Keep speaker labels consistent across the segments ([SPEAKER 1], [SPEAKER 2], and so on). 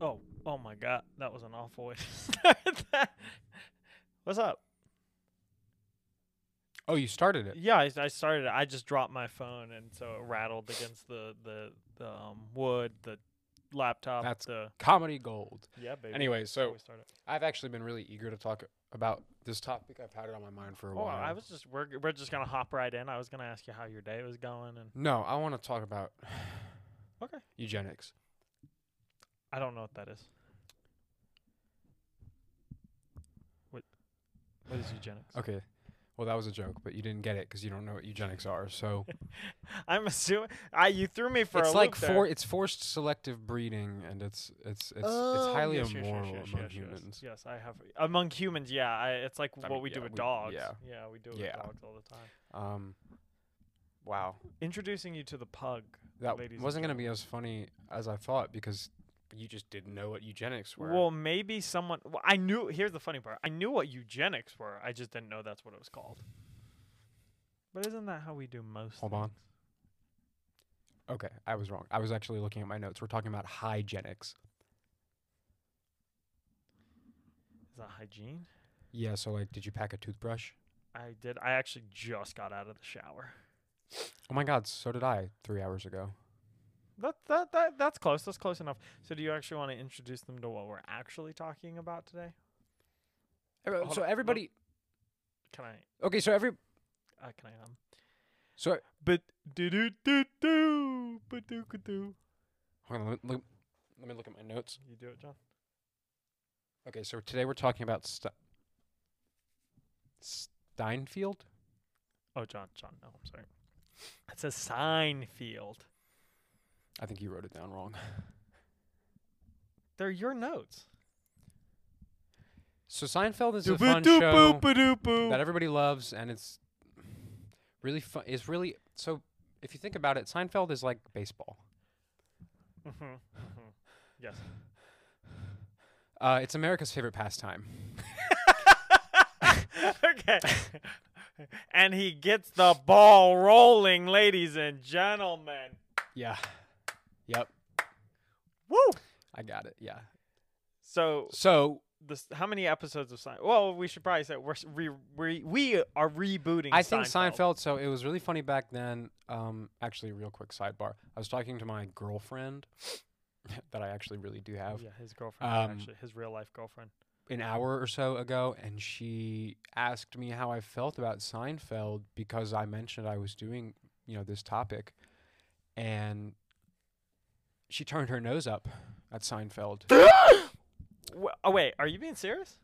[SPEAKER 1] Oh, was an awful way to start that. What's up?
[SPEAKER 2] Oh, you started it.
[SPEAKER 1] Yeah, I, I started. it. I just dropped my phone, and so it rattled against the the, the um, wood, the laptop.
[SPEAKER 2] That's-
[SPEAKER 1] the
[SPEAKER 2] Comedy gold.
[SPEAKER 1] yeah, baby.
[SPEAKER 2] Anyway,
[SPEAKER 1] that's how
[SPEAKER 2] so
[SPEAKER 1] we started.
[SPEAKER 2] I've actually been really eager to talk about this topic. I've had it on my mind for a
[SPEAKER 1] Oh,
[SPEAKER 2] while.
[SPEAKER 1] I was just we're we're just gonna hop right in. I was gonna ask you how your day was going, and
[SPEAKER 2] No, I want to talk about
[SPEAKER 1] Okay.
[SPEAKER 2] eugenics.
[SPEAKER 1] I don't know what that is. What what is eugenics?
[SPEAKER 2] Okay. Well, that was a joke, but you didn't get it because you don't know what eugenics are. So
[SPEAKER 1] I'm assuming I you threw me for a
[SPEAKER 2] it's
[SPEAKER 1] loop
[SPEAKER 2] like
[SPEAKER 1] there.
[SPEAKER 2] for it's forced selective breeding, and it's it's it's
[SPEAKER 1] Oh,
[SPEAKER 2] it's highly
[SPEAKER 1] yes, yes, yes,
[SPEAKER 2] immoral
[SPEAKER 1] yes,
[SPEAKER 2] among
[SPEAKER 1] yes, yes.
[SPEAKER 2] humans.
[SPEAKER 1] Yes, I have among humans. Yeah, I, it's like
[SPEAKER 2] I
[SPEAKER 1] what
[SPEAKER 2] mean,
[SPEAKER 1] we do
[SPEAKER 2] yeah,
[SPEAKER 1] with
[SPEAKER 2] we-
[SPEAKER 1] dogs. Yeah,
[SPEAKER 2] yeah.
[SPEAKER 1] we do it
[SPEAKER 2] Yeah.
[SPEAKER 1] with dogs all the time.
[SPEAKER 2] Um, wow,
[SPEAKER 1] Introducing you to the pug.
[SPEAKER 2] that
[SPEAKER 1] Ladies and
[SPEAKER 2] wasn't going to be as funny as I thought because you just didn't know what eugenics were.
[SPEAKER 1] Well, maybe someone. Well, I knew. Here's the funny part. I knew what eugenics were. I just didn't know that's what it was called. But isn't that how we do most?
[SPEAKER 2] Hold on.
[SPEAKER 1] things?
[SPEAKER 2] okay, I was wrong. I was actually looking at my notes. We're talking about hygienics.
[SPEAKER 1] Is that hygiene?
[SPEAKER 2] Yeah. So like, did you pack a toothbrush?
[SPEAKER 1] I did. I actually just got out of the shower.
[SPEAKER 2] Oh my God, so did I three hours ago.
[SPEAKER 1] That that that that's close. That's close enough. So, do you actually want to introduce them to what we're actually talking about today?
[SPEAKER 2] Every-
[SPEAKER 1] Hold
[SPEAKER 2] so
[SPEAKER 1] on, no.
[SPEAKER 2] everybody.
[SPEAKER 1] Can I?
[SPEAKER 2] Okay, so every
[SPEAKER 1] Uh, can I? Um,
[SPEAKER 2] so
[SPEAKER 1] But do do do do but do do.
[SPEAKER 2] hold on. Let me, let me look at my notes.
[SPEAKER 1] You do it, John.
[SPEAKER 2] Okay, so today we're talking about Ste- Steinfield.
[SPEAKER 1] Oh, John, John. No, I'm sorry. It says Seinfeld.
[SPEAKER 2] I think you wrote it down wrong.
[SPEAKER 1] They're your notes.
[SPEAKER 2] So Seinfeld is a
[SPEAKER 1] Doo-boo,
[SPEAKER 2] fun
[SPEAKER 1] doo-boo,
[SPEAKER 2] show
[SPEAKER 1] ba-doo-boo.
[SPEAKER 2] that everybody loves, and it's really fun. It's really so. If you think about it, Seinfeld is like baseball.
[SPEAKER 1] Mhm, mhm. Yes.
[SPEAKER 2] Uh, it's America's favorite pastime.
[SPEAKER 1] okay. and he gets the ball rolling, ladies and gentlemen.
[SPEAKER 2] Yeah. Yep.
[SPEAKER 1] Woo!
[SPEAKER 2] I got it. Yeah.
[SPEAKER 1] So,
[SPEAKER 2] So
[SPEAKER 1] this, how many episodes of Seinfeld? Well, we should probably say we're s- re, re, we are rebooting.
[SPEAKER 2] I think Seinfeld. So it was really funny back then. Um, actually, real quick sidebar. I was talking to my girlfriend that I actually really do have
[SPEAKER 1] Yeah, his girlfriend,
[SPEAKER 2] Um,
[SPEAKER 1] actually, his real life girlfriend.
[SPEAKER 2] an hour or so ago, and she asked me how I felt about Seinfeld because I mentioned I was doing you know this topic, and she turned her nose up at Seinfeld.
[SPEAKER 1] Wha oh wait, are you being serious?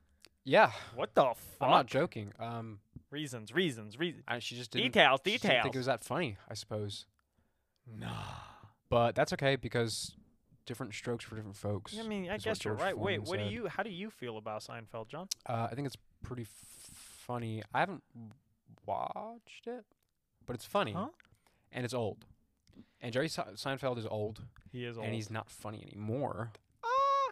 [SPEAKER 2] yeah,
[SPEAKER 1] What the fuck?
[SPEAKER 2] I'm not joking. Um,
[SPEAKER 1] reasons, reasons, reasons.
[SPEAKER 2] I, she just didn't.
[SPEAKER 1] Details,
[SPEAKER 2] she just didn't
[SPEAKER 1] details.
[SPEAKER 2] think it was that funny, I suppose.
[SPEAKER 1] nah.
[SPEAKER 2] But that's okay because different strokes for different folks.
[SPEAKER 1] I mean, I
[SPEAKER 2] is what
[SPEAKER 1] guess you're
[SPEAKER 2] George
[SPEAKER 1] right. Wait,
[SPEAKER 2] Foreman
[SPEAKER 1] what
[SPEAKER 2] said.
[SPEAKER 1] do you? How do you feel about Seinfeld, John?
[SPEAKER 2] Uh, I think it's pretty f- funny. I haven't w- watched it, but it's funny
[SPEAKER 1] Huh?
[SPEAKER 2] and it's old. And Jerry Se- Seinfeld is old,
[SPEAKER 1] He is old.
[SPEAKER 2] and he's not funny anymore.
[SPEAKER 1] Ah,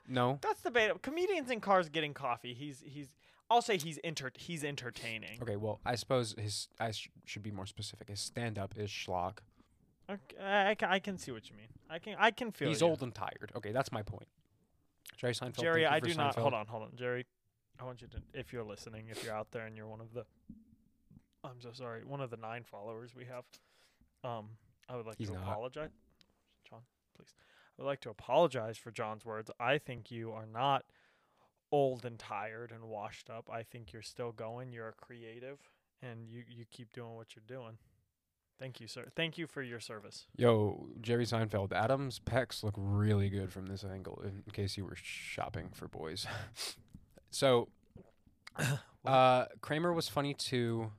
[SPEAKER 2] No.
[SPEAKER 1] that's debatable. Comedians in cars getting coffee. He's he's. I'll say he's enter he's entertaining.
[SPEAKER 2] Okay, well, I suppose his I sh- should be more specific. His stand up is schlock.
[SPEAKER 1] Okay, I, I can, I can see what you mean. I can I can feel.
[SPEAKER 2] He's
[SPEAKER 1] you.
[SPEAKER 2] old and tired. Okay, that's my point. Jerry Seinfeld.
[SPEAKER 1] Jerry,
[SPEAKER 2] thank you
[SPEAKER 1] I
[SPEAKER 2] for
[SPEAKER 1] do not.
[SPEAKER 2] Seinfeld.
[SPEAKER 1] Hold on, hold on, Jerry. I want you to, if you're listening, if you're out there and you're one of the, I'm so sorry, one of the nine followers we have. Um, I would like
[SPEAKER 2] He's
[SPEAKER 1] to
[SPEAKER 2] not.
[SPEAKER 1] apologize, John. Please, I would like to apologize for John's words. I think you are not old and tired and washed up. I think you're still going. You're a creative, and you you keep doing what you're doing. Thank you, sir. Thank you for your service.
[SPEAKER 2] Yo, Jerry Seinfeld. Adam's pecs look really good from this angle. In case you were shopping for boys, so uh, Kramer was funny too,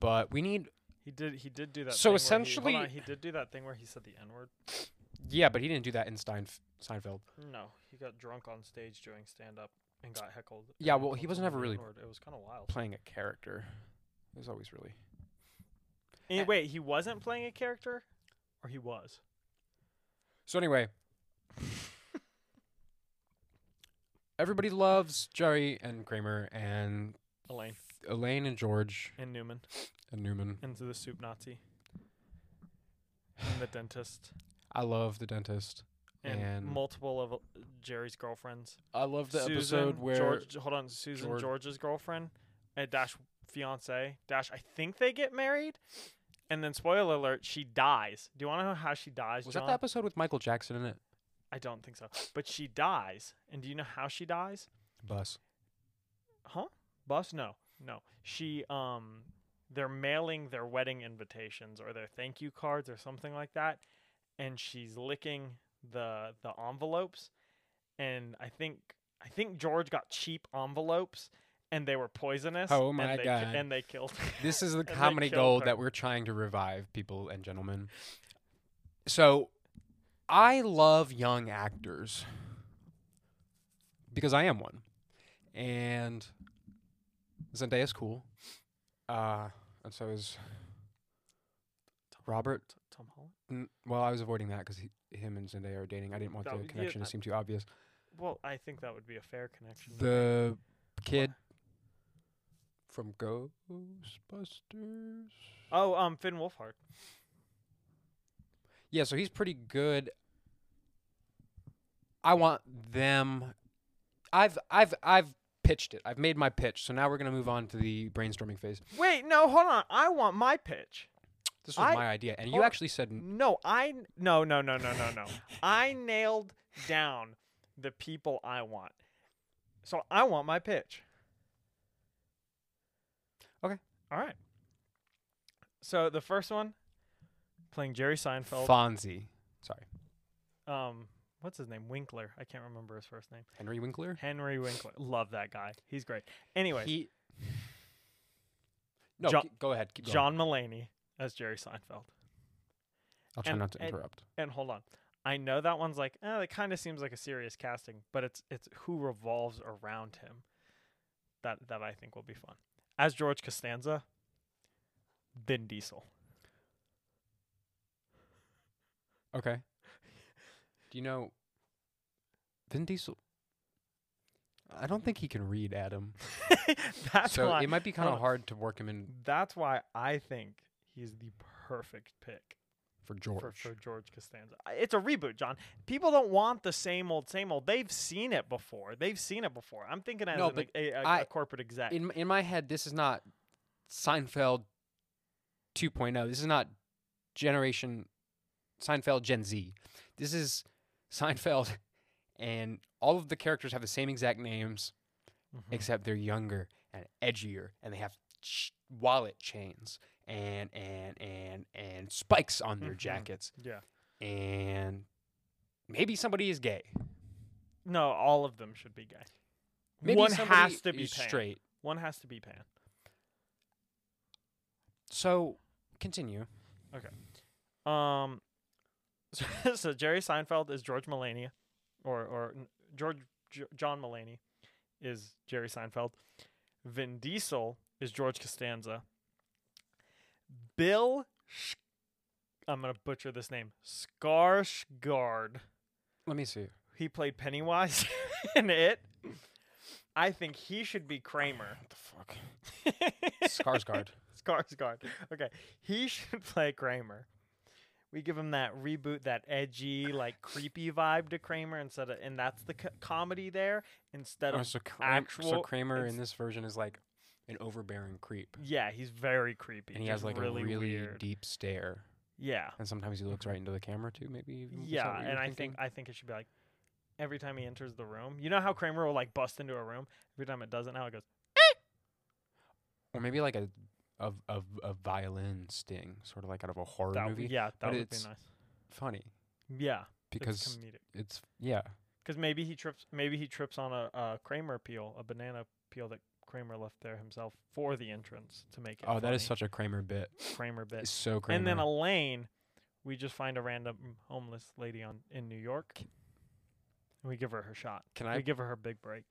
[SPEAKER 2] but we need
[SPEAKER 1] He did he did do that.
[SPEAKER 2] So
[SPEAKER 1] thing where he- hold
[SPEAKER 2] essentially-
[SPEAKER 1] on, he did do that thing where he said the n word.
[SPEAKER 2] yeah, but he didn't do that in Steinf- Seinfeld.
[SPEAKER 1] No, he got drunk on stage doing stand up and got heckled. and
[SPEAKER 2] Yeah,
[SPEAKER 1] then
[SPEAKER 2] well, he
[SPEAKER 1] told
[SPEAKER 2] was
[SPEAKER 1] someone
[SPEAKER 2] never
[SPEAKER 1] the
[SPEAKER 2] really-
[SPEAKER 1] N-word. It was kind of wild.
[SPEAKER 2] Playing a character, it was always really. Eh.
[SPEAKER 1] And wait, he wasn't playing a character, or he was.
[SPEAKER 2] So anyway, everybody loves Jerry and Kramer and
[SPEAKER 1] Elaine
[SPEAKER 2] Elaine and George
[SPEAKER 1] and Newman
[SPEAKER 2] and Newman.
[SPEAKER 1] and the soup Nazi and the dentist.
[SPEAKER 2] I love the dentist
[SPEAKER 1] and,
[SPEAKER 2] And-
[SPEAKER 1] multiple of uh, Jerry's girlfriends.
[SPEAKER 2] I love the
[SPEAKER 1] Susan,
[SPEAKER 2] episode where
[SPEAKER 1] George, hold on, Susan
[SPEAKER 2] George-
[SPEAKER 1] George's girlfriend, and dash fiance dash. I think they get married, and then spoiler alert, she dies. Do you want to know how she dies?
[SPEAKER 2] was
[SPEAKER 1] John?
[SPEAKER 2] that the episode with Michael Jackson in it?
[SPEAKER 1] I don't think so. But she dies, and do you know how she dies?
[SPEAKER 2] Bus.
[SPEAKER 1] Huh? Bus? No, no. She um, they're mailing their wedding invitations or their thank you cards or something like that, and she's licking the the envelopes, and I think I think George got cheap envelopes. And they were poisonous.
[SPEAKER 2] Oh
[SPEAKER 1] and
[SPEAKER 2] my
[SPEAKER 1] they ki-
[SPEAKER 2] God.
[SPEAKER 1] and they killed.
[SPEAKER 2] This is the
[SPEAKER 1] they
[SPEAKER 2] comedy
[SPEAKER 1] killed
[SPEAKER 2] gold
[SPEAKER 1] her.
[SPEAKER 2] that we're trying to revive, people and gentlemen. So, I love young actors because I am one, and Zendaya's cool, uh, and so is Robert.
[SPEAKER 1] Tom Holland.
[SPEAKER 2] N- Well, I was avoiding that because him and Zendaya are dating. I didn't want
[SPEAKER 1] That
[SPEAKER 2] the
[SPEAKER 1] would- yeah,
[SPEAKER 2] connection
[SPEAKER 1] I-
[SPEAKER 2] to seem too obvious.
[SPEAKER 1] Well, I think that would be a fair connection.
[SPEAKER 2] The kid from Ghostbusters.
[SPEAKER 1] oh, um, Finn Wolfhard.
[SPEAKER 2] Yeah, so he's pretty good. I want them. I've I've I've pitched it. I've made my pitch. So now we're gonna move on to the brainstorming phase.
[SPEAKER 1] Wait, no, hold on. I want my pitch.
[SPEAKER 2] This was
[SPEAKER 1] I-
[SPEAKER 2] my idea, and you
[SPEAKER 1] hold on.
[SPEAKER 2] actually said n-
[SPEAKER 1] No, I no no no no no no. I nailed down the people I want. So I want my pitch.
[SPEAKER 2] Okay.
[SPEAKER 1] All right. So the first one, playing Jerry Seinfeld.
[SPEAKER 2] Fonzie. Sorry,
[SPEAKER 1] um, what's his name? Winkler. I can't remember his first name.
[SPEAKER 2] Henry Winkler.
[SPEAKER 1] Henry Winkler. Love that guy. He's great. Anyway,
[SPEAKER 2] He. No,
[SPEAKER 1] Jo-
[SPEAKER 2] g- go ahead. Keep going.
[SPEAKER 1] John Mulaney as Jerry Seinfeld.
[SPEAKER 2] I'll try
[SPEAKER 1] and-
[SPEAKER 2] not to
[SPEAKER 1] and-
[SPEAKER 2] interrupt.
[SPEAKER 1] and hold on. I know that one's like, oh, it kind of seems like a serious casting, but it's it's who revolves around him that that I think will be fun. As George Costanza, Vin Diesel.
[SPEAKER 2] Okay. Do you know Vin Diesel? I don't think he can read Adam.
[SPEAKER 1] that's
[SPEAKER 2] so
[SPEAKER 1] why
[SPEAKER 2] it might be kind
[SPEAKER 1] hold
[SPEAKER 2] of
[SPEAKER 1] on.
[SPEAKER 2] hard to work him in
[SPEAKER 1] that's why I think he's the perfect pick
[SPEAKER 2] for George.
[SPEAKER 1] for, for George Costanza. I- It's a reboot, John. People don't want the same old, same old. They've seen it before. They've seen it before. I'm thinking as
[SPEAKER 2] No,
[SPEAKER 1] an,
[SPEAKER 2] but
[SPEAKER 1] a, a- a
[SPEAKER 2] I-
[SPEAKER 1] corporate exec.
[SPEAKER 2] in in my head, this is not Seinfeld 2.0. This is not Generation Seinfeld Gen Z. This is Seinfeld, and all of the characters have the same exact names,
[SPEAKER 1] Mhm.
[SPEAKER 2] except they're younger and edgier, and they have ch- wallet chains and and and and spikes on their
[SPEAKER 1] Mhm.
[SPEAKER 2] jackets,
[SPEAKER 1] yeah.
[SPEAKER 2] and maybe somebody is gay.
[SPEAKER 1] No, all of them should be gay.
[SPEAKER 2] Maybe
[SPEAKER 1] one
[SPEAKER 2] somebody
[SPEAKER 1] has to be
[SPEAKER 2] is
[SPEAKER 1] pan.
[SPEAKER 2] straight.
[SPEAKER 1] One has to be pan.
[SPEAKER 2] So continue.
[SPEAKER 1] Um, so, so Jerry Seinfeld is George Mulaney, or or n- George J- John Mulaney is Jerry Seinfeld. Vin Diesel is George Costanza. Bill, Sh- I'm gonna butcher this name. Skarsgård.
[SPEAKER 2] Let me see.
[SPEAKER 1] He played Pennywise in it. I think he should be Kramer.
[SPEAKER 2] What the fuck? Skarsgård.
[SPEAKER 1] Skarsgård. Okay, he should play Kramer. We give him that reboot, that edgy, like creepy vibe to Kramer instead of, and that's the co- comedy there instead
[SPEAKER 2] Oh,
[SPEAKER 1] of.
[SPEAKER 2] so, Kram- so
[SPEAKER 1] actual-
[SPEAKER 2] Kramer in
[SPEAKER 1] it's-
[SPEAKER 2] this version is like an overbearing creep,
[SPEAKER 1] Yeah, he's very creepy.
[SPEAKER 2] and he has
[SPEAKER 1] just
[SPEAKER 2] like
[SPEAKER 1] really
[SPEAKER 2] a really
[SPEAKER 1] weird.
[SPEAKER 2] deep stare,
[SPEAKER 1] Yeah,
[SPEAKER 2] and sometimes he looks right into the camera too. Maybe even is that
[SPEAKER 1] yeah,
[SPEAKER 2] what you were
[SPEAKER 1] and I
[SPEAKER 2] thinking?
[SPEAKER 1] think I think it should be like every time he enters the room. You know how Kramer will like bust into a room every time it doesn't. Now it goes.
[SPEAKER 2] or maybe like a a, a a violin sting, sort of like out of a horror
[SPEAKER 1] That,
[SPEAKER 2] movie.
[SPEAKER 1] yeah, that would be
[SPEAKER 2] it's
[SPEAKER 1] nice.
[SPEAKER 2] Funny
[SPEAKER 1] Yeah, it's
[SPEAKER 2] because
[SPEAKER 1] comedic.
[SPEAKER 2] it's, yeah.
[SPEAKER 1] Because maybe he trips. Maybe he trips on a, a Kramer peel, a banana peel that Kramer left there himself for the entrance to make it.
[SPEAKER 2] Oh, that is
[SPEAKER 1] funny.
[SPEAKER 2] such a Kramer bit.
[SPEAKER 1] Kramer bit.
[SPEAKER 2] It's so Kramer.
[SPEAKER 1] And then Elaine, we just find a random homeless lady on in New York, and we give her her shot.
[SPEAKER 2] can
[SPEAKER 1] we
[SPEAKER 2] I
[SPEAKER 1] give her her big break.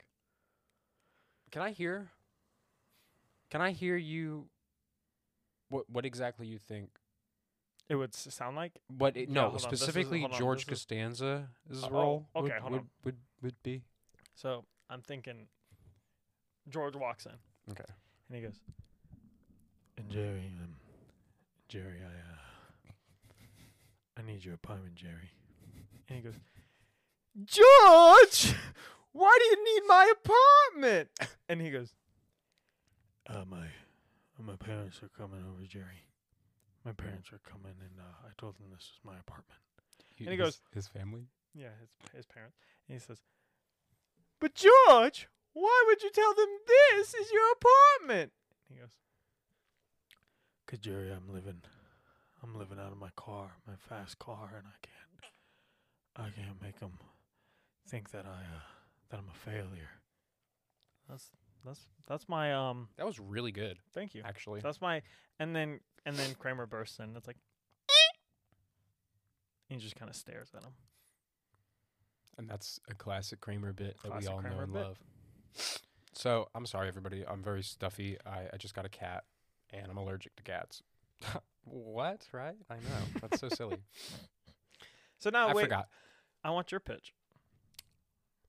[SPEAKER 2] can I hear? Can I hear you? What what exactly you think?
[SPEAKER 1] It would s- sound like
[SPEAKER 2] What it,
[SPEAKER 1] Yeah,
[SPEAKER 2] no
[SPEAKER 1] hold on, this is-
[SPEAKER 2] specifically
[SPEAKER 1] hold on,
[SPEAKER 2] George
[SPEAKER 1] this is-
[SPEAKER 2] Costanza's
[SPEAKER 1] Oh,
[SPEAKER 2] role
[SPEAKER 1] okay,
[SPEAKER 2] would,
[SPEAKER 1] hold on.
[SPEAKER 2] would, would would be
[SPEAKER 1] so. I'm thinking. George walks in.
[SPEAKER 2] Okay.
[SPEAKER 1] And he goes,
[SPEAKER 3] And Jerry, um, Jerry, I, uh, I need your apartment, Jerry.
[SPEAKER 1] and he goes, George, why do you need my apartment? And he goes,
[SPEAKER 3] Uh, my uh, my parents are coming over, Jerry. My parents are coming, and uh, I told them this is my apartment.
[SPEAKER 1] And he goes-
[SPEAKER 2] his family.
[SPEAKER 1] Yeah, his, his parents. And he says, But George, why would you tell them this is your apartment? He goes,
[SPEAKER 3] Cause Jerry, I'm living, I'm living out of my car, my fast car, and I can't, I can't make them think that I uh, that I'm a failure.
[SPEAKER 1] That's that's that's my um
[SPEAKER 2] That was really good,
[SPEAKER 1] thank you.
[SPEAKER 2] actually.
[SPEAKER 1] That's my and then and then Kramer bursts in. It's like he just kind of stares at him.
[SPEAKER 2] And that's a classic Kramer bit that
[SPEAKER 1] Classic
[SPEAKER 2] we all know
[SPEAKER 1] Kramer
[SPEAKER 2] and
[SPEAKER 1] bit.
[SPEAKER 2] love. So I'm sorry, everybody. I'm very stuffy. I, I just got a cat, and I'm allergic to cats. what? Right? I know. That's so silly.
[SPEAKER 1] So now
[SPEAKER 2] I
[SPEAKER 1] Oh, wait,
[SPEAKER 2] forgot.
[SPEAKER 1] I want your pitch.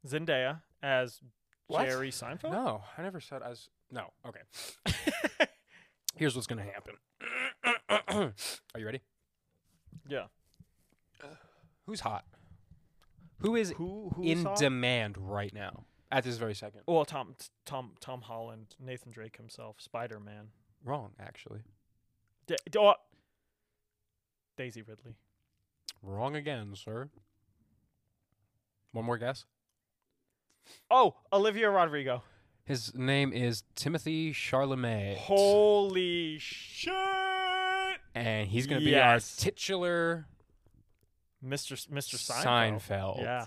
[SPEAKER 1] Zendaya as
[SPEAKER 2] What?
[SPEAKER 1] Jerry Seinfeld.
[SPEAKER 2] No, I never said I was. No. Okay. Here's what's gonna happen. Are you ready?
[SPEAKER 1] Yeah.
[SPEAKER 2] Who's hot? Who is
[SPEAKER 1] Who who
[SPEAKER 2] in
[SPEAKER 1] saw?
[SPEAKER 2] demand right now at this very second?
[SPEAKER 1] well, Tom Tom Tom Holland, Nathan Drake himself, Spider Man,
[SPEAKER 2] Wrong, actually.
[SPEAKER 1] da- da- oh. Daisy Ridley.
[SPEAKER 2] Wrong again, sir. One more guess.
[SPEAKER 1] Oh, Olivia Rodrigo.
[SPEAKER 2] His name is Timothy Charlemagne,
[SPEAKER 1] Holy shit!
[SPEAKER 2] and he's going to be
[SPEAKER 1] Yes.
[SPEAKER 2] our titular
[SPEAKER 1] Mr. S- Mr. Seinfeld.
[SPEAKER 2] Seinfeld.
[SPEAKER 1] Yeah,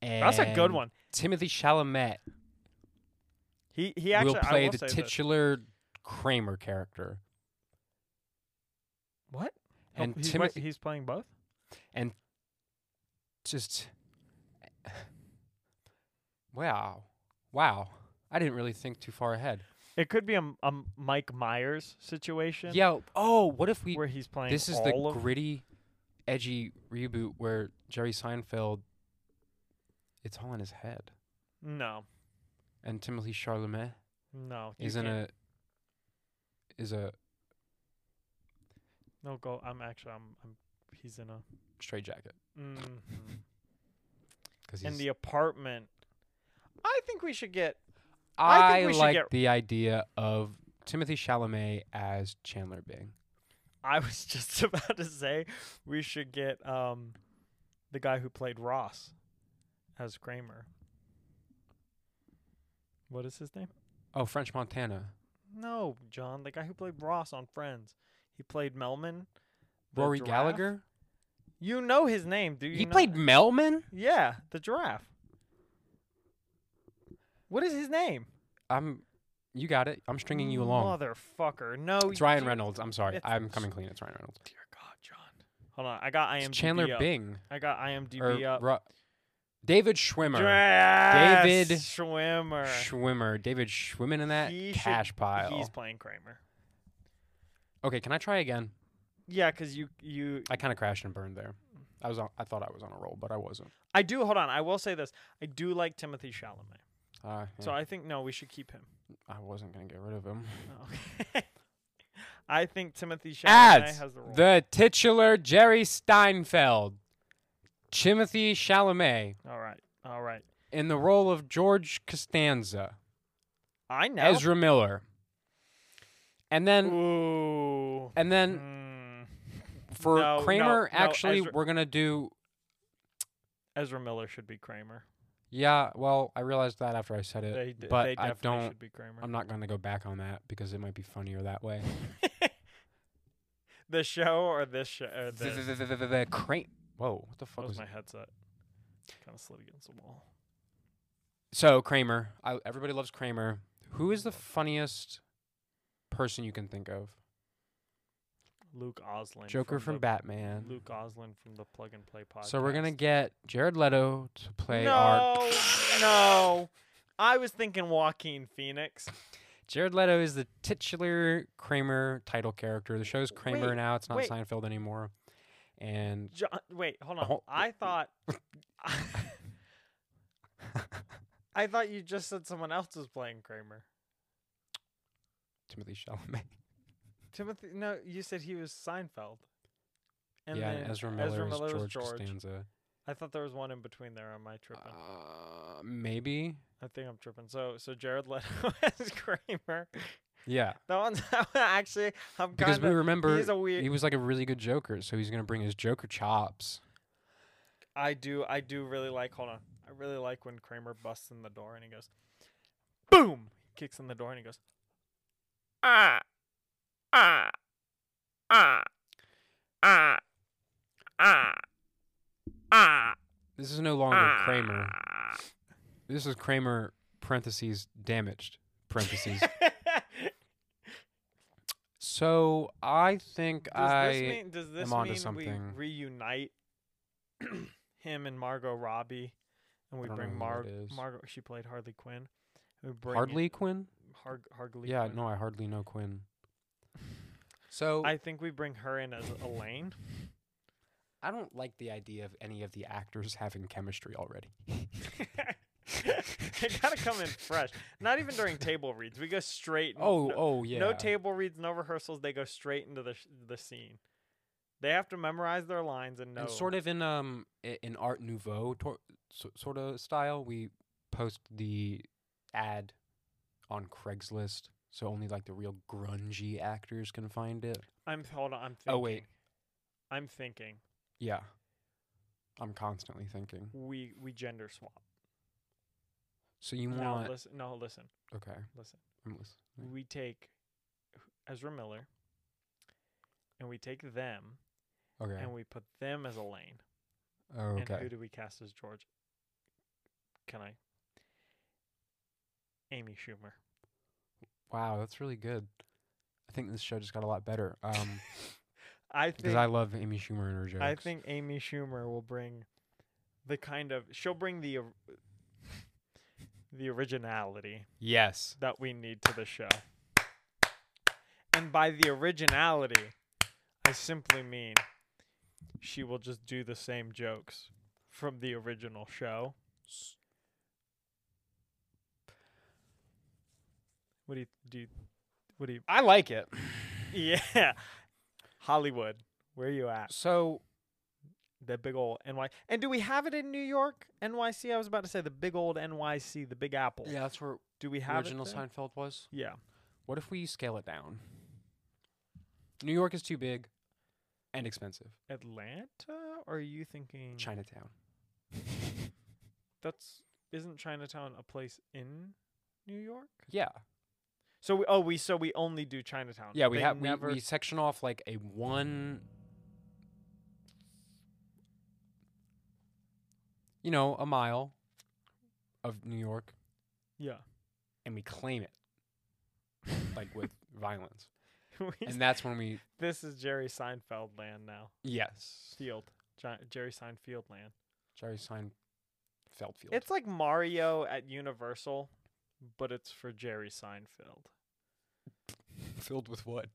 [SPEAKER 1] that's a good
[SPEAKER 2] And
[SPEAKER 1] one.
[SPEAKER 2] Timothy Chalamet
[SPEAKER 1] He he actually
[SPEAKER 2] will
[SPEAKER 1] I
[SPEAKER 2] play
[SPEAKER 1] will
[SPEAKER 2] the
[SPEAKER 1] say that-
[SPEAKER 2] titular Kramer character,
[SPEAKER 1] What? Oh,
[SPEAKER 2] and
[SPEAKER 1] he's,
[SPEAKER 2] Timothy
[SPEAKER 1] what- he's playing both.
[SPEAKER 2] just wow, wow. I didn't really think too far ahead.
[SPEAKER 1] It could be a, M- a M- Mike Myers situation.
[SPEAKER 2] Yeah. Oh, what if we
[SPEAKER 1] where he's playing.
[SPEAKER 2] This is the
[SPEAKER 1] all of,
[SPEAKER 2] gritty, edgy reboot where Jerry Seinfeld. It's all in his head,
[SPEAKER 1] no,
[SPEAKER 2] and Timothy Chalamet
[SPEAKER 1] no. you
[SPEAKER 2] is in
[SPEAKER 1] can't.
[SPEAKER 2] a. Is a
[SPEAKER 1] No go. I'm actually. I'm. I'm he's in a.
[SPEAKER 2] straight jacket
[SPEAKER 1] Mm,
[SPEAKER 2] because
[SPEAKER 1] in the apartment. I think we should get. I
[SPEAKER 2] I,
[SPEAKER 1] think we should
[SPEAKER 2] like
[SPEAKER 1] get-
[SPEAKER 2] the idea of Timothy Chalamet as Chandler Bing.
[SPEAKER 1] I was just about to say we should get um, the guy who played Ross, as Kramer. What is his name?
[SPEAKER 2] Oh, French Montana,
[SPEAKER 1] No, John, the guy who played Ross on Friends. He played Melman. the
[SPEAKER 2] Rory
[SPEAKER 1] giraffe.
[SPEAKER 2] Gallagher.
[SPEAKER 1] You know his name, do you?
[SPEAKER 2] He
[SPEAKER 1] not?
[SPEAKER 2] played Melman.
[SPEAKER 1] Yeah, the giraffe. What is his name?
[SPEAKER 2] I'm. You got it. I'm stringing you along.
[SPEAKER 1] Motherfucker. No.
[SPEAKER 2] It's Ryan
[SPEAKER 1] oh, you-
[SPEAKER 2] Reynolds. I'm sorry.
[SPEAKER 1] It's-
[SPEAKER 2] I'm coming clean. It's Ryan Reynolds.
[SPEAKER 1] Dear God, John. Hold on. I got
[SPEAKER 2] It's
[SPEAKER 1] IMDb.
[SPEAKER 2] Chandler
[SPEAKER 1] up.
[SPEAKER 2] Bing.
[SPEAKER 1] I got
[SPEAKER 2] or
[SPEAKER 1] IMDb up.
[SPEAKER 2] Ru- David Schwimmer.
[SPEAKER 1] Yes,
[SPEAKER 2] David
[SPEAKER 1] Schwimmer.
[SPEAKER 2] Schwimmer. David Schwimmer in that
[SPEAKER 1] He should-
[SPEAKER 2] cash pile.
[SPEAKER 1] He's playing Kramer.
[SPEAKER 2] Okay, can I try again?
[SPEAKER 1] Yeah, because you you
[SPEAKER 2] I kind of crashed and burned there. I was on, I thought I was on a roll, but I wasn't.
[SPEAKER 1] I do hold on. I will say this. I do like Timothy Chalamet.
[SPEAKER 2] Uh,
[SPEAKER 1] So
[SPEAKER 2] yeah,
[SPEAKER 1] I think no, we should keep him. Oh,
[SPEAKER 2] I wasn't gonna get rid of him.
[SPEAKER 1] Okay. I think Timothy Chalamet
[SPEAKER 2] As
[SPEAKER 1] has the role.
[SPEAKER 2] the titular Jerry Steinfeld, Timothy Chalamet
[SPEAKER 1] all right, all right.
[SPEAKER 2] in the role of George Costanza,
[SPEAKER 1] I know.
[SPEAKER 2] Ezra Miller, and then
[SPEAKER 1] Ooh.
[SPEAKER 2] and then
[SPEAKER 1] Mm.
[SPEAKER 2] for
[SPEAKER 1] No, no,
[SPEAKER 2] Kramer,
[SPEAKER 1] no,
[SPEAKER 2] actually,
[SPEAKER 1] Ezra-
[SPEAKER 2] we're gonna do
[SPEAKER 1] Ezra Miller should be Kramer.
[SPEAKER 2] Yeah, well, I realized that after I said it,
[SPEAKER 1] They, d-
[SPEAKER 2] but
[SPEAKER 1] they
[SPEAKER 2] I
[SPEAKER 1] definitely
[SPEAKER 2] don't.
[SPEAKER 1] should be Kramer.
[SPEAKER 2] I'm not going to go back on that because it might be funnier that way.
[SPEAKER 1] the show or this show? Or
[SPEAKER 2] The, the,
[SPEAKER 1] this.
[SPEAKER 2] the, the, the, the crane. Whoa, what the
[SPEAKER 1] That
[SPEAKER 2] fuck was
[SPEAKER 1] was my
[SPEAKER 2] that?
[SPEAKER 1] headset. Kind of slid against the wall.
[SPEAKER 2] So Kramer, I, everybody loves Kramer. Who is the funniest person you can think of?
[SPEAKER 1] Luke Oslin.
[SPEAKER 2] Joker from,
[SPEAKER 1] the-
[SPEAKER 2] Batman.
[SPEAKER 1] Luke Oslin from the Plug and Play podcast.
[SPEAKER 2] So we're gonna get Jared Leto to play
[SPEAKER 1] no,
[SPEAKER 2] our.
[SPEAKER 1] no. I was thinking Joaquin Phoenix.
[SPEAKER 2] Jared Leto is the titular Kramer title character. The show's Kramer
[SPEAKER 1] Wait,
[SPEAKER 2] now. It's not
[SPEAKER 1] wait.
[SPEAKER 2] Seinfeld anymore. And
[SPEAKER 1] John, wait, hold on.
[SPEAKER 2] Hol-
[SPEAKER 1] I thought. I thought you just said someone else was playing Kramer.
[SPEAKER 2] Timothy Chalamet.
[SPEAKER 1] Timothy, no, you said he was Seinfeld.
[SPEAKER 2] yeah, and Ezra Miller, is
[SPEAKER 1] was
[SPEAKER 2] George Costanza.
[SPEAKER 1] I thought there was one in between there. Am I tripping?
[SPEAKER 2] Uh, maybe.
[SPEAKER 1] I think I'm tripping. So so Jared Leto as Kramer.
[SPEAKER 2] Yeah.
[SPEAKER 1] That one's actually I'm
[SPEAKER 2] Because
[SPEAKER 1] kind
[SPEAKER 2] we
[SPEAKER 1] of.
[SPEAKER 2] remember
[SPEAKER 1] he's a weird.
[SPEAKER 2] he was like a really good Joker, so he's gonna bring his Joker chops.
[SPEAKER 1] I do I do really like. Hold on. I really like when Kramer busts in the door and he goes, boom. He kicks in the door and he goes, ah, ah, ah, ah, ah, ah.
[SPEAKER 2] This is no longer Kramer. This is Kramer parentheses damaged parentheses. so I think
[SPEAKER 1] Does
[SPEAKER 2] I
[SPEAKER 1] this mean, does this
[SPEAKER 2] am onto
[SPEAKER 1] mean
[SPEAKER 2] something.
[SPEAKER 1] we reunite him and Margot Robbie, and we
[SPEAKER 2] don't know
[SPEAKER 1] bring
[SPEAKER 2] who that
[SPEAKER 1] Mar-
[SPEAKER 2] is.
[SPEAKER 1] Margot? She played Harley Quinn. We bring
[SPEAKER 2] hardly Quinn.
[SPEAKER 1] Har- Hardly.
[SPEAKER 2] Yeah,
[SPEAKER 1] Quinn.
[SPEAKER 2] no, I hardly know Quinn. So
[SPEAKER 1] I think we bring her in as Elaine.
[SPEAKER 2] I don't like the idea of any of the actors having chemistry already.
[SPEAKER 1] they gotta come in fresh. Not even during table reads. We go straight. n-
[SPEAKER 2] Oh,
[SPEAKER 1] no,
[SPEAKER 2] oh yeah.
[SPEAKER 1] No table reads, no rehearsals. They go straight into the sh- the scene. They have to memorize their lines and know.
[SPEAKER 2] And sort of in um i- in Art Nouveau tor- so, sort of style, we post the ad on Craigslist, so only like the real grungy actors can find it.
[SPEAKER 1] I'm hold on. I'm thinking.
[SPEAKER 2] Oh, wait.
[SPEAKER 1] I'm thinking.
[SPEAKER 2] Yeah, I'm constantly thinking.
[SPEAKER 1] We we gender swap.
[SPEAKER 2] So you
[SPEAKER 1] No,
[SPEAKER 2] want?
[SPEAKER 1] listen. No, listen.
[SPEAKER 2] okay,
[SPEAKER 1] Listen.
[SPEAKER 2] I'm listening.
[SPEAKER 1] We take Ezra Miller, and we take them,
[SPEAKER 2] Okay.
[SPEAKER 1] and we put them as Elaine.
[SPEAKER 2] Oh,
[SPEAKER 1] And who
[SPEAKER 2] okay.
[SPEAKER 1] do we cast as George? Can I? Amy Schumer.
[SPEAKER 2] Wow, that's really good. I think this show just got a lot better. Um,
[SPEAKER 1] I
[SPEAKER 2] because
[SPEAKER 1] think
[SPEAKER 2] I
[SPEAKER 1] I,
[SPEAKER 2] love Amy Schumer and her jokes.
[SPEAKER 1] think Amy Schumer will bring the kind of she'll bring the or- the originality
[SPEAKER 2] yes.
[SPEAKER 1] that we need to the show. And by the originality, I simply mean she will just do the same jokes from the original show. What do you do? You, what do you?
[SPEAKER 2] I like it.
[SPEAKER 1] Yeah, Hollywood, where you at?
[SPEAKER 2] So
[SPEAKER 1] The big old NY. And do we have it in New York? NYC. I was about to say the big old NYC, the Big Apple.
[SPEAKER 2] yeah, that's where
[SPEAKER 1] Do we have
[SPEAKER 2] original
[SPEAKER 1] it there?
[SPEAKER 2] Seinfeld was.
[SPEAKER 1] Yeah.
[SPEAKER 2] What if we scale it down? New York is too big and expensive.
[SPEAKER 1] Atlanta? Or are you thinking
[SPEAKER 2] Chinatown.
[SPEAKER 1] That's isn't Chinatown a place in New York?
[SPEAKER 2] Yeah.
[SPEAKER 1] So we, oh we so we only do Chinatown.
[SPEAKER 2] Yeah, we
[SPEAKER 1] They
[SPEAKER 2] have we,
[SPEAKER 1] never
[SPEAKER 2] we section off like a one you know, a mile of New York
[SPEAKER 1] yeah.
[SPEAKER 2] and we claim it like with violence.
[SPEAKER 1] We-
[SPEAKER 2] And that's when we
[SPEAKER 1] this is Jerry Seinfeld land now.
[SPEAKER 2] yes.
[SPEAKER 1] Field. Gi- Jerry Seinfeld land.
[SPEAKER 2] Jerry Seinfeld Field.
[SPEAKER 1] It's like Mario at Universal, but it's for Jerry Seinfeld.
[SPEAKER 2] filled with what?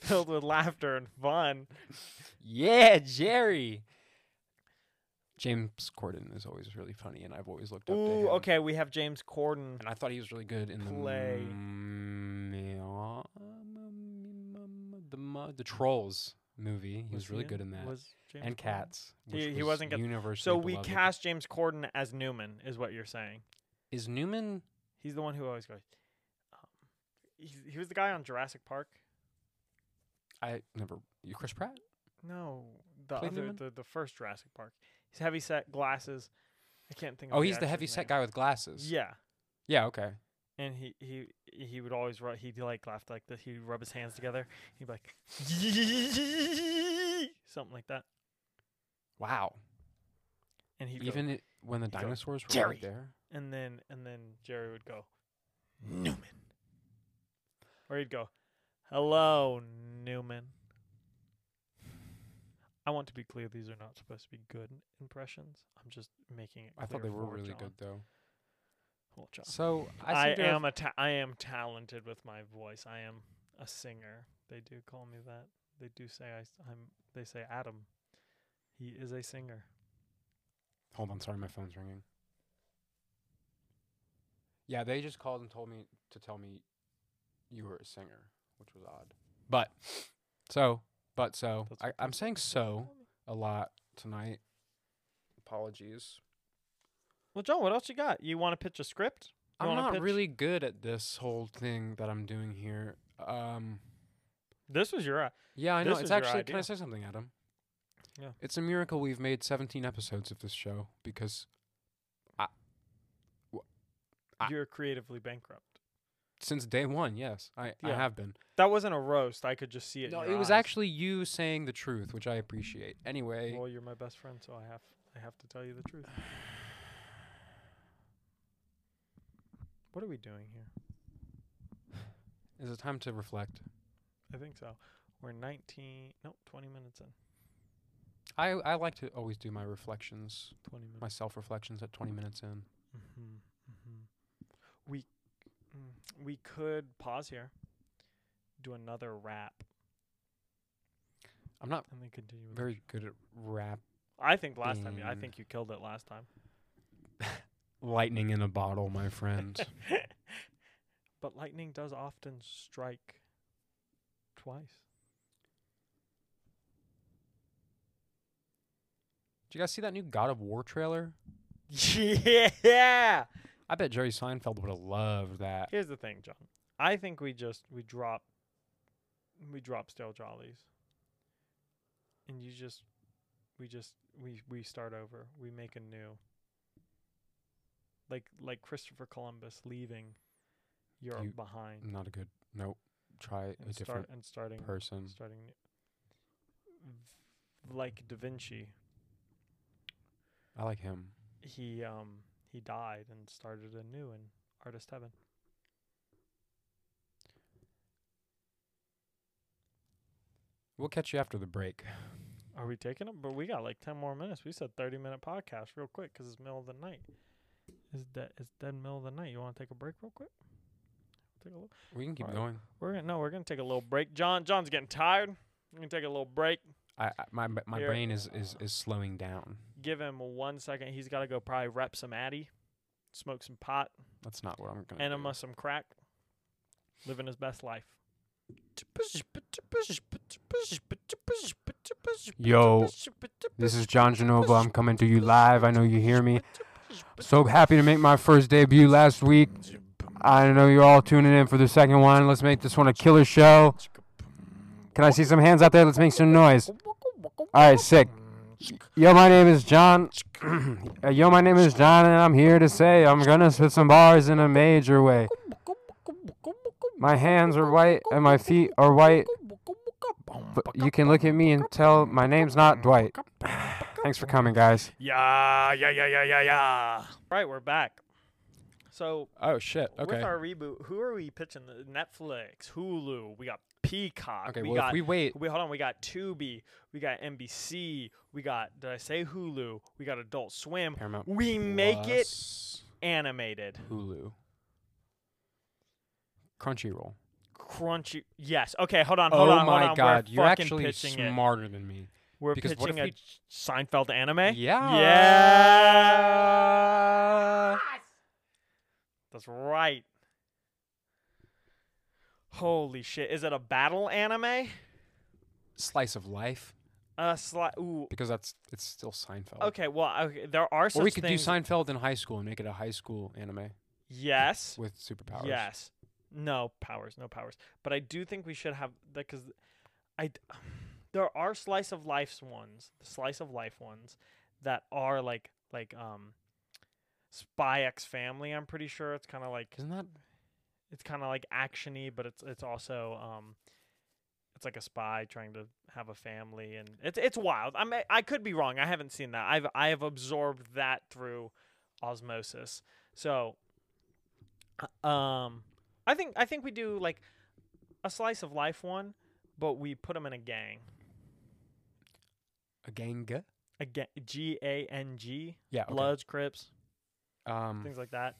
[SPEAKER 1] Filled with laughter and fun.
[SPEAKER 2] Yeah, Jerry. James Corden is always really funny, and I've always looked up to him.
[SPEAKER 1] Ooh, okay, we have James Corden.
[SPEAKER 2] And I thought he was really good in
[SPEAKER 1] Play.
[SPEAKER 2] the mm, the mo- the Trolls movie. He was, really
[SPEAKER 1] he
[SPEAKER 2] good in that.
[SPEAKER 1] Was James
[SPEAKER 2] and
[SPEAKER 1] Corden?
[SPEAKER 2] Cats.
[SPEAKER 1] He-
[SPEAKER 2] which
[SPEAKER 1] he
[SPEAKER 2] was
[SPEAKER 1] wasn't good.
[SPEAKER 2] universally
[SPEAKER 1] So we
[SPEAKER 2] beloved.
[SPEAKER 1] cast James Corden as Newman, is what you're saying.
[SPEAKER 2] Is Newman?
[SPEAKER 1] He's the one who always goes. Um, he's, he was the guy on Jurassic Park.
[SPEAKER 2] I never. you- Chris Pratt.
[SPEAKER 1] No, the
[SPEAKER 2] Played
[SPEAKER 1] other,
[SPEAKER 2] Newman?
[SPEAKER 1] the, the first Jurassic Park. He's heavy set glasses. I can't think. of
[SPEAKER 2] Oh, he's the
[SPEAKER 1] actor's
[SPEAKER 2] heavy set
[SPEAKER 1] name.
[SPEAKER 2] guy with glasses.
[SPEAKER 1] Yeah,
[SPEAKER 2] Yeah. Okay.
[SPEAKER 1] and he he he would always rub. He'd like laugh like this. He'd rub his hands together. He'd be like, something like that.
[SPEAKER 2] Wow.
[SPEAKER 1] And he
[SPEAKER 2] Even it, when the
[SPEAKER 1] he'd go,
[SPEAKER 2] dinosaurs were
[SPEAKER 1] "Jerry."
[SPEAKER 2] right there.
[SPEAKER 1] and then and then Jerry would go, Newman, or he'd go, "Hello, Newman." I want to be clear; these are not supposed to be good impressions. I'm just making it.
[SPEAKER 2] I
[SPEAKER 1] clear
[SPEAKER 2] thought they were
[SPEAKER 1] for
[SPEAKER 2] really
[SPEAKER 1] John.
[SPEAKER 2] good though.
[SPEAKER 1] Well, John.
[SPEAKER 2] So
[SPEAKER 1] I,
[SPEAKER 2] I, seem to have-
[SPEAKER 1] am a ta- I am talented with my voice. I am a singer. They do call me that. They do say I, s- I'm. They say Adam. He is a singer.
[SPEAKER 2] Hold on, sorry, my phone's ringing. Yeah, they just called and told me to tell me you were a singer, which was odd. But so But so
[SPEAKER 1] That's
[SPEAKER 2] Oh, I,
[SPEAKER 1] what
[SPEAKER 2] I'm saying so a lot tonight. Apologies.
[SPEAKER 1] Well, John, what else you got? You want to pitch a script? You
[SPEAKER 2] I'm
[SPEAKER 1] wanna
[SPEAKER 2] not
[SPEAKER 1] pitch?
[SPEAKER 2] really good at this whole thing that I'm doing here. Um,
[SPEAKER 1] This was your. i-
[SPEAKER 2] yeah, I know.
[SPEAKER 1] This
[SPEAKER 2] It's
[SPEAKER 1] is your
[SPEAKER 2] actually. Can I
[SPEAKER 1] idea.
[SPEAKER 2] say something, Adam?
[SPEAKER 1] Yeah.
[SPEAKER 2] It's a miracle we've made 17 episodes of this show because I-
[SPEAKER 1] You're creatively bankrupt.
[SPEAKER 2] since day one, yes, I, I
[SPEAKER 1] Yeah.
[SPEAKER 2] have been.
[SPEAKER 1] That wasn't a roast. I could just see it. in
[SPEAKER 2] No,
[SPEAKER 1] your
[SPEAKER 2] it was
[SPEAKER 1] eyes.
[SPEAKER 2] actually you saying the truth, which I appreciate. Anyway,
[SPEAKER 1] Well, you're my best friend, so I have I have to tell you the truth. What are we doing here?
[SPEAKER 2] is it time to reflect?
[SPEAKER 1] I think so. We're 19, nope, 20 minutes in.
[SPEAKER 2] I I like to always do my reflections,
[SPEAKER 1] 20 minutes.
[SPEAKER 2] my self reflections at 20 minutes in.
[SPEAKER 1] Mm-hmm, mm-hmm. We mm, we could pause here, do another rap,
[SPEAKER 2] I'm not
[SPEAKER 1] and then continue. With the
[SPEAKER 2] very
[SPEAKER 1] show.
[SPEAKER 2] good at rap.
[SPEAKER 1] I think last time. you- I
[SPEAKER 2] Mm.
[SPEAKER 1] think you killed it last time.
[SPEAKER 2] Lightning in a bottle, my friend.
[SPEAKER 1] But lightning does often strike twice.
[SPEAKER 2] Did you guys see that new God of War trailer?
[SPEAKER 1] Yeah.
[SPEAKER 2] I bet Jerry Seinfeld would have loved that.
[SPEAKER 1] Here's the thing, John. I think we just we drop we drop stale jollies. And you just we just we we start over. We make a new like like Christopher Columbus leaving Europe
[SPEAKER 2] You-
[SPEAKER 1] behind
[SPEAKER 2] Not a good. Nope. Try a
[SPEAKER 1] and start
[SPEAKER 2] different
[SPEAKER 1] and starting
[SPEAKER 2] person.
[SPEAKER 1] starting new. like Da Vinci.
[SPEAKER 2] I like him.
[SPEAKER 1] He um he died and started anew in Artist Heaven.
[SPEAKER 2] We'll catch you after the break.
[SPEAKER 1] Are we taking them? But we got like ten more minutes. We said thirty minute podcast real quick 'cause it's middle of the night. It's dead. It's dead middle of the night. You want to take a break real quick? Take a little.
[SPEAKER 2] We can keep
[SPEAKER 1] Alright.
[SPEAKER 2] going.
[SPEAKER 1] We're gonna no. We're gonna take a little break. John. John's getting tired. We're gonna take a little break.
[SPEAKER 2] I, I my b- my
[SPEAKER 1] Here.
[SPEAKER 2] brain is, is is slowing down.
[SPEAKER 1] Give him one second. He's got to go probably rep some addy, smoke some pot,
[SPEAKER 2] That's not what I'm gonna. do.
[SPEAKER 1] enema some crack, living his best life.
[SPEAKER 2] Yo, this is John Genova. I'm coming to you live. I know you hear me. So happy to make my first debut last week. I know you're all tuning in for the second one. Let's make this one a killer show. Can I see some hands out there? Let's make some noise. All right, sick. Yo, my name is John. Uh, Yo, my name is John, and I'm here to say I'm gonna spit some bars in a major way. My hands are white and my feet are white. But you can look at me and tell my name's not Dwight. Thanks for coming, guys.
[SPEAKER 1] Yeah, yeah, yeah, yeah, yeah, yeah. Right, we're back. So
[SPEAKER 2] Oh shit.
[SPEAKER 1] with our reboot, who are we pitching? The Netflix, Hulu. We got Peacock.
[SPEAKER 2] Okay.
[SPEAKER 1] We
[SPEAKER 2] well,
[SPEAKER 1] got
[SPEAKER 2] if we wait,
[SPEAKER 1] we hold on. We got Tubi. We got NBC. We got did I say Hulu? We got Adult Swim.
[SPEAKER 2] Paramount.
[SPEAKER 1] We make it animated.
[SPEAKER 2] Hulu. Crunchyroll.
[SPEAKER 1] Crunchy. Yes. Okay. Hold on. Hold
[SPEAKER 2] oh
[SPEAKER 1] on.
[SPEAKER 2] my
[SPEAKER 1] hold on.
[SPEAKER 2] god,
[SPEAKER 1] We're
[SPEAKER 2] you're
[SPEAKER 1] fucking
[SPEAKER 2] actually
[SPEAKER 1] pitching it.
[SPEAKER 2] smarter than me.
[SPEAKER 1] We're
[SPEAKER 2] because what
[SPEAKER 1] pitching
[SPEAKER 2] if
[SPEAKER 1] a
[SPEAKER 2] we-
[SPEAKER 1] Seinfeld anime.
[SPEAKER 2] Yeah.
[SPEAKER 1] Yeah. That's right. Holy shit. Is it a battle anime?
[SPEAKER 2] Slice of life,
[SPEAKER 1] Uh, sli- ooh.
[SPEAKER 2] because that's it's still Seinfeld.
[SPEAKER 1] Okay, well, okay, there are
[SPEAKER 2] Or
[SPEAKER 1] such
[SPEAKER 2] we could
[SPEAKER 1] things.
[SPEAKER 2] do Seinfeld in high school and make it a high school anime
[SPEAKER 1] yes.
[SPEAKER 2] with superpowers.
[SPEAKER 1] Yes. No powers, no powers. But I do think we should have that cuz I d- there are slice of life ones, slice of life ones that are like like um Spy X Family, I'm pretty sure it's kind of like
[SPEAKER 2] Isn't that
[SPEAKER 1] it's kind of like actiony, but it's it's also um, it's like a spy trying to have a family, and it's it's wild. I mean, I could be wrong. I haven't seen that. I've I have absorbed that through osmosis. So, uh, um, I think I think we do like a slice of life one, but we put them in a gang,
[SPEAKER 2] a ganga?
[SPEAKER 1] a ga- G A N G,
[SPEAKER 2] Yeah. okay.
[SPEAKER 1] Bloods, Crips,
[SPEAKER 2] Um,
[SPEAKER 1] things like that.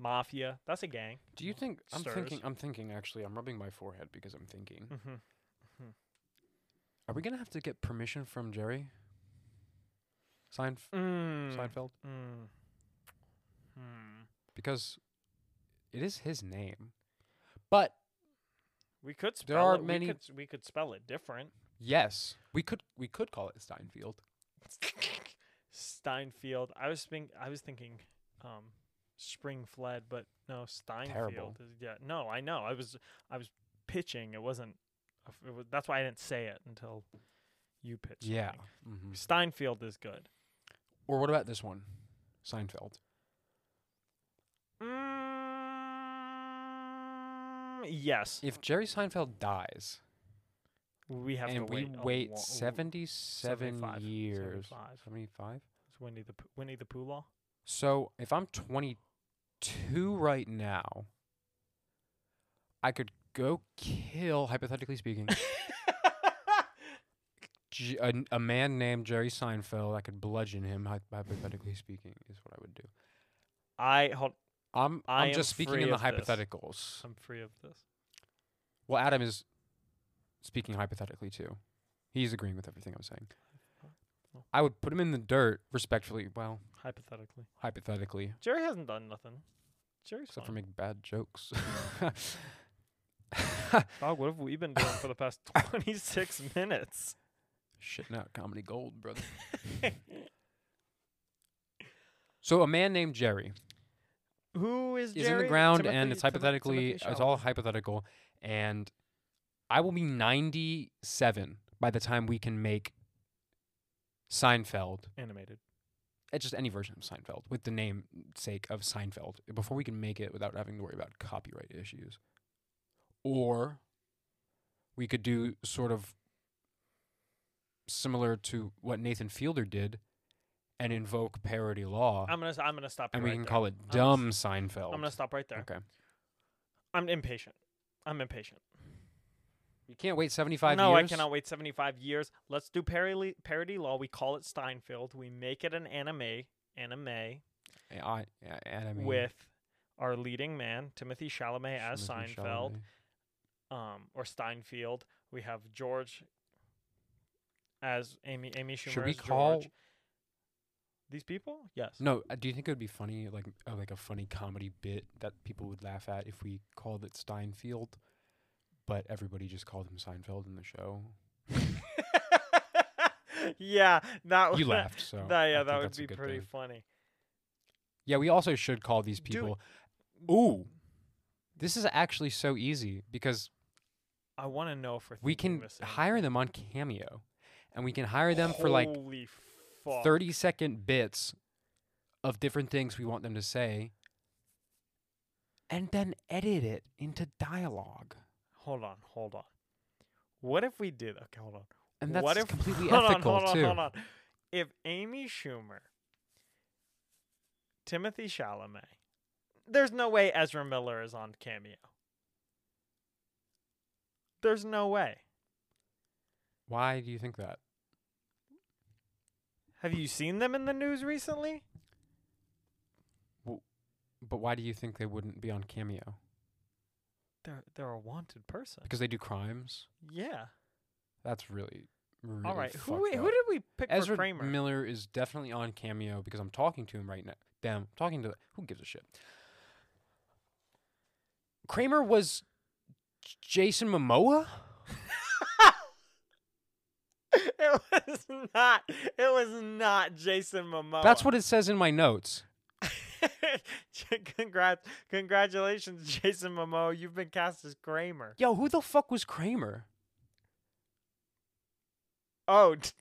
[SPEAKER 1] Mafia. That's a gang.
[SPEAKER 2] do you think I'm
[SPEAKER 1] Stirs.
[SPEAKER 2] thinking? I'm thinking. Actually, I'm rubbing my forehead because I'm thinking.
[SPEAKER 1] Mm-hmm.
[SPEAKER 2] Are we gonna have to get permission from Jerry? Seinf-
[SPEAKER 1] Mm.
[SPEAKER 2] Seinfeld,
[SPEAKER 1] Mm. Hmm.
[SPEAKER 2] because it is his name, but
[SPEAKER 1] We could spell
[SPEAKER 2] There are
[SPEAKER 1] it.
[SPEAKER 2] many-
[SPEAKER 1] We could, s- we could spell it different.
[SPEAKER 2] Yes, we could we could call it Steinfield.
[SPEAKER 1] Steinfield. I was think I was thinking um Spring Fled, but no Steinfield is yeah. No, I know. I was I was pitching. It wasn't a f- it was, that's why I didn't say it until you pitched.
[SPEAKER 2] Yeah.
[SPEAKER 1] something.
[SPEAKER 2] hmm
[SPEAKER 1] Steinfield is good.
[SPEAKER 2] Or what about this one, Seinfeld?
[SPEAKER 1] Mm, yes.
[SPEAKER 2] If Jerry Seinfeld dies
[SPEAKER 1] We have
[SPEAKER 2] and
[SPEAKER 1] to
[SPEAKER 2] we
[SPEAKER 1] wait a
[SPEAKER 2] wait
[SPEAKER 1] lo-
[SPEAKER 2] 77
[SPEAKER 1] 75,
[SPEAKER 2] years,
[SPEAKER 1] 75.
[SPEAKER 2] 75.
[SPEAKER 1] It's Winnie the Pooh- Winnie the Pooh law.
[SPEAKER 2] So if I'm 22 right now, I could go kill, hypothetically speaking, J- a, n- a man named Jerry Seinfeld. I could bludgeon him, hy- hypothetically speaking, is what I would do.
[SPEAKER 1] I hold.
[SPEAKER 2] I'm
[SPEAKER 1] I
[SPEAKER 2] I'm
[SPEAKER 1] am
[SPEAKER 2] just speaking in
[SPEAKER 1] free
[SPEAKER 2] the
[SPEAKER 1] of this.
[SPEAKER 2] hypotheticals.
[SPEAKER 1] I'm free of this.
[SPEAKER 2] Well, Adam is speaking hypothetically too. He's agreeing with everything I'm saying.
[SPEAKER 1] Well.
[SPEAKER 2] I would put him in the dirt, respectfully. Well,
[SPEAKER 1] Hypothetically,
[SPEAKER 2] hypothetically,
[SPEAKER 1] Jerry hasn't done nothing. Jerry's
[SPEAKER 2] except
[SPEAKER 1] fine.
[SPEAKER 2] for make bad jokes.
[SPEAKER 1] Dog, what have we been doing for the past 26 minutes?
[SPEAKER 2] Shitting out comedy gold, brother. so a man named Jerry
[SPEAKER 1] Who is
[SPEAKER 2] is in the ground, and it's hypothetically, it's all hypothetical, and I will be 97 by the time we can make Seinfeld
[SPEAKER 1] animated.
[SPEAKER 2] it's just any version of Seinfeld with the name sake of Seinfeld before we can make it without having to worry about copyright issues. Or we could do sort of similar to what Nathan Fielder did and invoke parody law
[SPEAKER 1] I'm gonna s- I'm gonna stop.
[SPEAKER 2] and
[SPEAKER 1] you
[SPEAKER 2] we
[SPEAKER 1] right
[SPEAKER 2] can
[SPEAKER 1] there.
[SPEAKER 2] call it
[SPEAKER 1] I'm gonna s-
[SPEAKER 2] dumb Seinfeld.
[SPEAKER 1] I'm gonna stop right there.
[SPEAKER 2] Okay.
[SPEAKER 1] I'm impatient. I'm impatient.
[SPEAKER 2] You can't wait 75
[SPEAKER 1] no,
[SPEAKER 2] years.
[SPEAKER 1] I cannot wait 75 years. Let's do parody parody law. We call it Steinfeld. We make it an anime anime
[SPEAKER 2] I, I, yeah, and I mean,
[SPEAKER 1] with our leading man Timothy Chalamet as
[SPEAKER 2] Timothy
[SPEAKER 1] Seinfeld.
[SPEAKER 2] Chalamet.
[SPEAKER 1] um, or Steinfeld. We have George as Amy Amy Schumer.
[SPEAKER 2] Should we
[SPEAKER 1] as
[SPEAKER 2] call
[SPEAKER 1] George. these people? Yes.
[SPEAKER 2] No, uh, do you think it would be funny, like uh, like a funny comedy bit that people would laugh at if we called it Steinfeld, but everybody just called him Seinfeld in the show?
[SPEAKER 1] yeah, that
[SPEAKER 2] Hmm? You
[SPEAKER 1] would-
[SPEAKER 2] laughed, so
[SPEAKER 1] that-
[SPEAKER 2] I
[SPEAKER 1] Oh, yeah,
[SPEAKER 2] think
[SPEAKER 1] that would
[SPEAKER 2] that's a
[SPEAKER 1] be
[SPEAKER 2] good
[SPEAKER 1] pretty
[SPEAKER 2] thing.
[SPEAKER 1] funny.
[SPEAKER 2] Yeah, we also should call these
[SPEAKER 1] Do it.
[SPEAKER 2] people. Ooh, this is actually so easy because
[SPEAKER 1] I want to know if we're
[SPEAKER 2] we
[SPEAKER 1] thinking
[SPEAKER 2] can
[SPEAKER 1] the same
[SPEAKER 2] hire
[SPEAKER 1] thing.
[SPEAKER 2] them on Cameo, and we can hire them for like
[SPEAKER 1] Holy Oh, fuck.
[SPEAKER 2] thirty second bits of different things we want them to say, and then edit it into dialogue.
[SPEAKER 1] Hold on, hold on. What if we did? Okay, hold on.
[SPEAKER 2] And that's
[SPEAKER 1] what if,
[SPEAKER 2] completely
[SPEAKER 1] hold
[SPEAKER 2] ethical
[SPEAKER 1] on, hold on,
[SPEAKER 2] too.
[SPEAKER 1] Hold on. If Amy Schumer, Timothy Chalamet, there's no way Ezra Miller is on cameo. There's no way.
[SPEAKER 2] Why do you think that?
[SPEAKER 1] Have you seen them in the news recently?
[SPEAKER 2] But why do you think they wouldn't be on Cameo?
[SPEAKER 1] They're they're a wanted person.
[SPEAKER 2] Because they do crimes.
[SPEAKER 1] Yeah.
[SPEAKER 2] That's really, really
[SPEAKER 1] All right. Who
[SPEAKER 2] fucked
[SPEAKER 1] who
[SPEAKER 2] up.
[SPEAKER 1] did we pick
[SPEAKER 2] Ezra
[SPEAKER 1] for Kramer?
[SPEAKER 2] Miller is definitely on Cameo because I'm talking to him right now. Damn, I'm talking to who gives a shit. Kramer was J- Jason Momoa.
[SPEAKER 1] it was not. It was not Jason Momoa.
[SPEAKER 2] That's what it says in my notes.
[SPEAKER 1] Congrats, congratulations, Jason Momoa. You've been cast as Kramer.
[SPEAKER 2] Yo, who the fuck was Kramer?
[SPEAKER 1] Oh, d-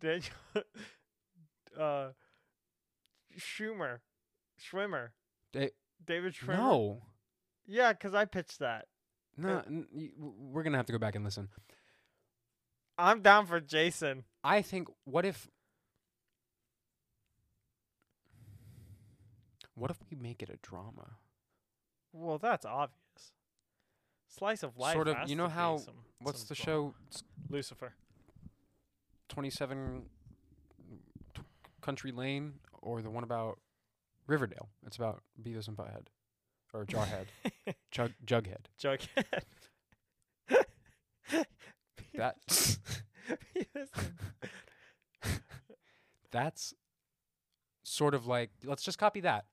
[SPEAKER 1] Daniel uh, Schumer, Schwimmer,
[SPEAKER 2] Da-
[SPEAKER 1] David Schwimmer.
[SPEAKER 2] no,
[SPEAKER 1] yeah, because I pitched that.
[SPEAKER 2] no, n- y- w- we're gonna have to go back and listen.
[SPEAKER 1] I'm down for Jason.
[SPEAKER 2] I think what if what if we make it a drama?
[SPEAKER 1] Well, that's obvious. Slice of life.
[SPEAKER 2] Sort of-
[SPEAKER 1] has
[SPEAKER 2] you know
[SPEAKER 1] to be
[SPEAKER 2] how-
[SPEAKER 1] some-
[SPEAKER 2] What's
[SPEAKER 1] some
[SPEAKER 2] the
[SPEAKER 1] drama.
[SPEAKER 2] show? It's
[SPEAKER 1] Lucifer.
[SPEAKER 2] 27 mm, t- Country Lane or the one about Riverdale. It's about Beavis and Butthead or Jarhead, Jug Jughead.
[SPEAKER 1] Jughead.
[SPEAKER 2] That that's sort of like let's just copy that.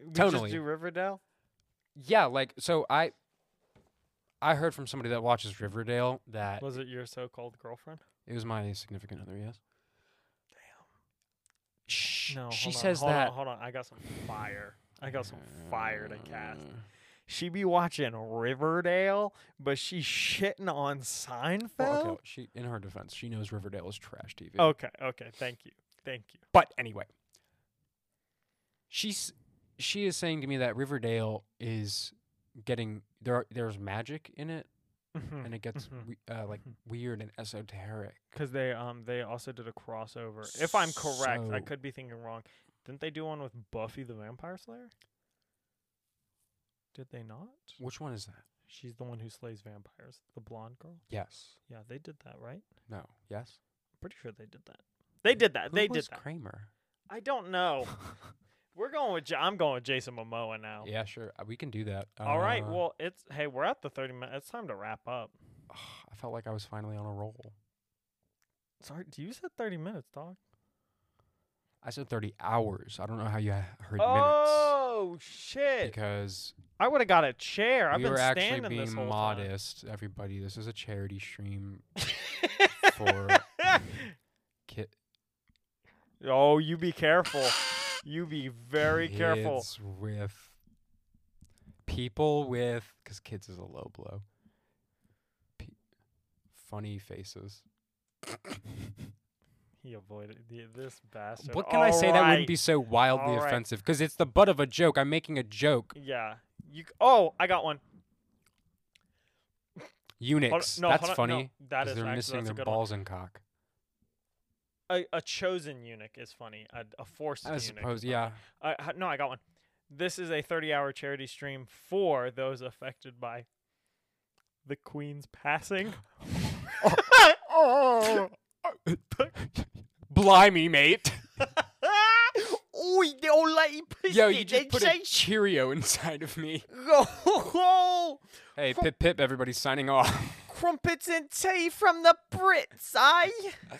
[SPEAKER 1] we
[SPEAKER 2] Tonally.
[SPEAKER 1] Just do Riverdale.
[SPEAKER 2] Yeah, like so I I heard from somebody that watches Riverdale that
[SPEAKER 1] Was it your so-called girlfriend?
[SPEAKER 2] it was my significant other. Yes. Damn.
[SPEAKER 1] No.
[SPEAKER 2] she
[SPEAKER 1] hold on,
[SPEAKER 2] says
[SPEAKER 1] hold
[SPEAKER 2] that.
[SPEAKER 1] On, hold on, I got some fire. I got some fire to cast. Mm. She be watching Riverdale, but she shitting on Seinfeld.
[SPEAKER 2] Well, okay, she in her defense, she knows Riverdale is trash TV.
[SPEAKER 1] okay, okay, thank you, thank you.
[SPEAKER 2] But anyway, she's she is saying to me that Riverdale is getting there. Are, there's magic in it, and it gets
[SPEAKER 1] mhm,
[SPEAKER 2] we, uh, like
[SPEAKER 1] mhm.
[SPEAKER 2] weird and esoteric.
[SPEAKER 1] Because they um they also did a crossover. If I'm correct, I
[SPEAKER 2] So-
[SPEAKER 1] could be thinking wrong. Didn't they do one with Buffy the Vampire Slayer? Did they not?
[SPEAKER 2] Which one is that?
[SPEAKER 1] She's the one who slays vampires, the blonde girl.
[SPEAKER 2] Yes.
[SPEAKER 1] Yeah, they did that, right? I'm
[SPEAKER 2] No. Yes.
[SPEAKER 1] pretty sure they did that. They did that. Uh,
[SPEAKER 2] Who
[SPEAKER 1] they
[SPEAKER 2] was
[SPEAKER 1] did that.
[SPEAKER 2] Kramer.
[SPEAKER 1] I don't know. We're going with. Ja- I'm going with Jason Momoa now.
[SPEAKER 2] Yeah, sure. uh, We can do that.
[SPEAKER 1] All right.
[SPEAKER 2] Uh,
[SPEAKER 1] Well, it's hey, we're at the 30 minutes. It's time to wrap up.
[SPEAKER 2] I felt like I was finally on a roll.
[SPEAKER 1] Sorry, do you said 30 minutes, dog?
[SPEAKER 2] I said 30 hours. I don't know how you ha- heard
[SPEAKER 1] Oh shit!
[SPEAKER 2] minutes. Because
[SPEAKER 1] I would have got a chair. I've
[SPEAKER 2] we
[SPEAKER 1] been
[SPEAKER 2] were
[SPEAKER 1] standing
[SPEAKER 2] actually being
[SPEAKER 1] this whole
[SPEAKER 2] modest, everybody. This is a charity stream
[SPEAKER 1] time.
[SPEAKER 2] for ki-
[SPEAKER 1] oh, you be careful. You be very careful.
[SPEAKER 2] kids with people with. Because kids is a low blow. Pe- funny faces.
[SPEAKER 1] He avoided the, this bastard.
[SPEAKER 2] What can I say that wouldn't
[SPEAKER 1] Alright.
[SPEAKER 2] be so wildly
[SPEAKER 1] All right.
[SPEAKER 2] offensive? Because it's the butt of a joke. I'm making a joke.
[SPEAKER 1] Yeah. You. c- Oh, I got one. Hold on-
[SPEAKER 2] Eunuchs.
[SPEAKER 1] no,
[SPEAKER 2] That's
[SPEAKER 1] hold on, no,
[SPEAKER 2] funny.
[SPEAKER 1] that
[SPEAKER 2] 'cause
[SPEAKER 1] is
[SPEAKER 2] they're
[SPEAKER 1] actually,
[SPEAKER 2] missing
[SPEAKER 1] that's a
[SPEAKER 2] their
[SPEAKER 1] good one.
[SPEAKER 2] balls and cock.
[SPEAKER 1] A, a chosen eunuch is funny. A, a forced
[SPEAKER 2] I
[SPEAKER 1] eunuch.
[SPEAKER 2] suppose,
[SPEAKER 1] is not
[SPEAKER 2] yeah.
[SPEAKER 1] Uh, h- no, I got one. This is a 30 hour charity stream for those affected by the Queen's passing.
[SPEAKER 2] oh, blimey, mate!
[SPEAKER 1] Oi, the old lady pissed
[SPEAKER 2] Yo, you just put a Cheerio inside of me. Hey, pip pip! Everybody's signing off.
[SPEAKER 1] crumpets and tea from the Brits, eh?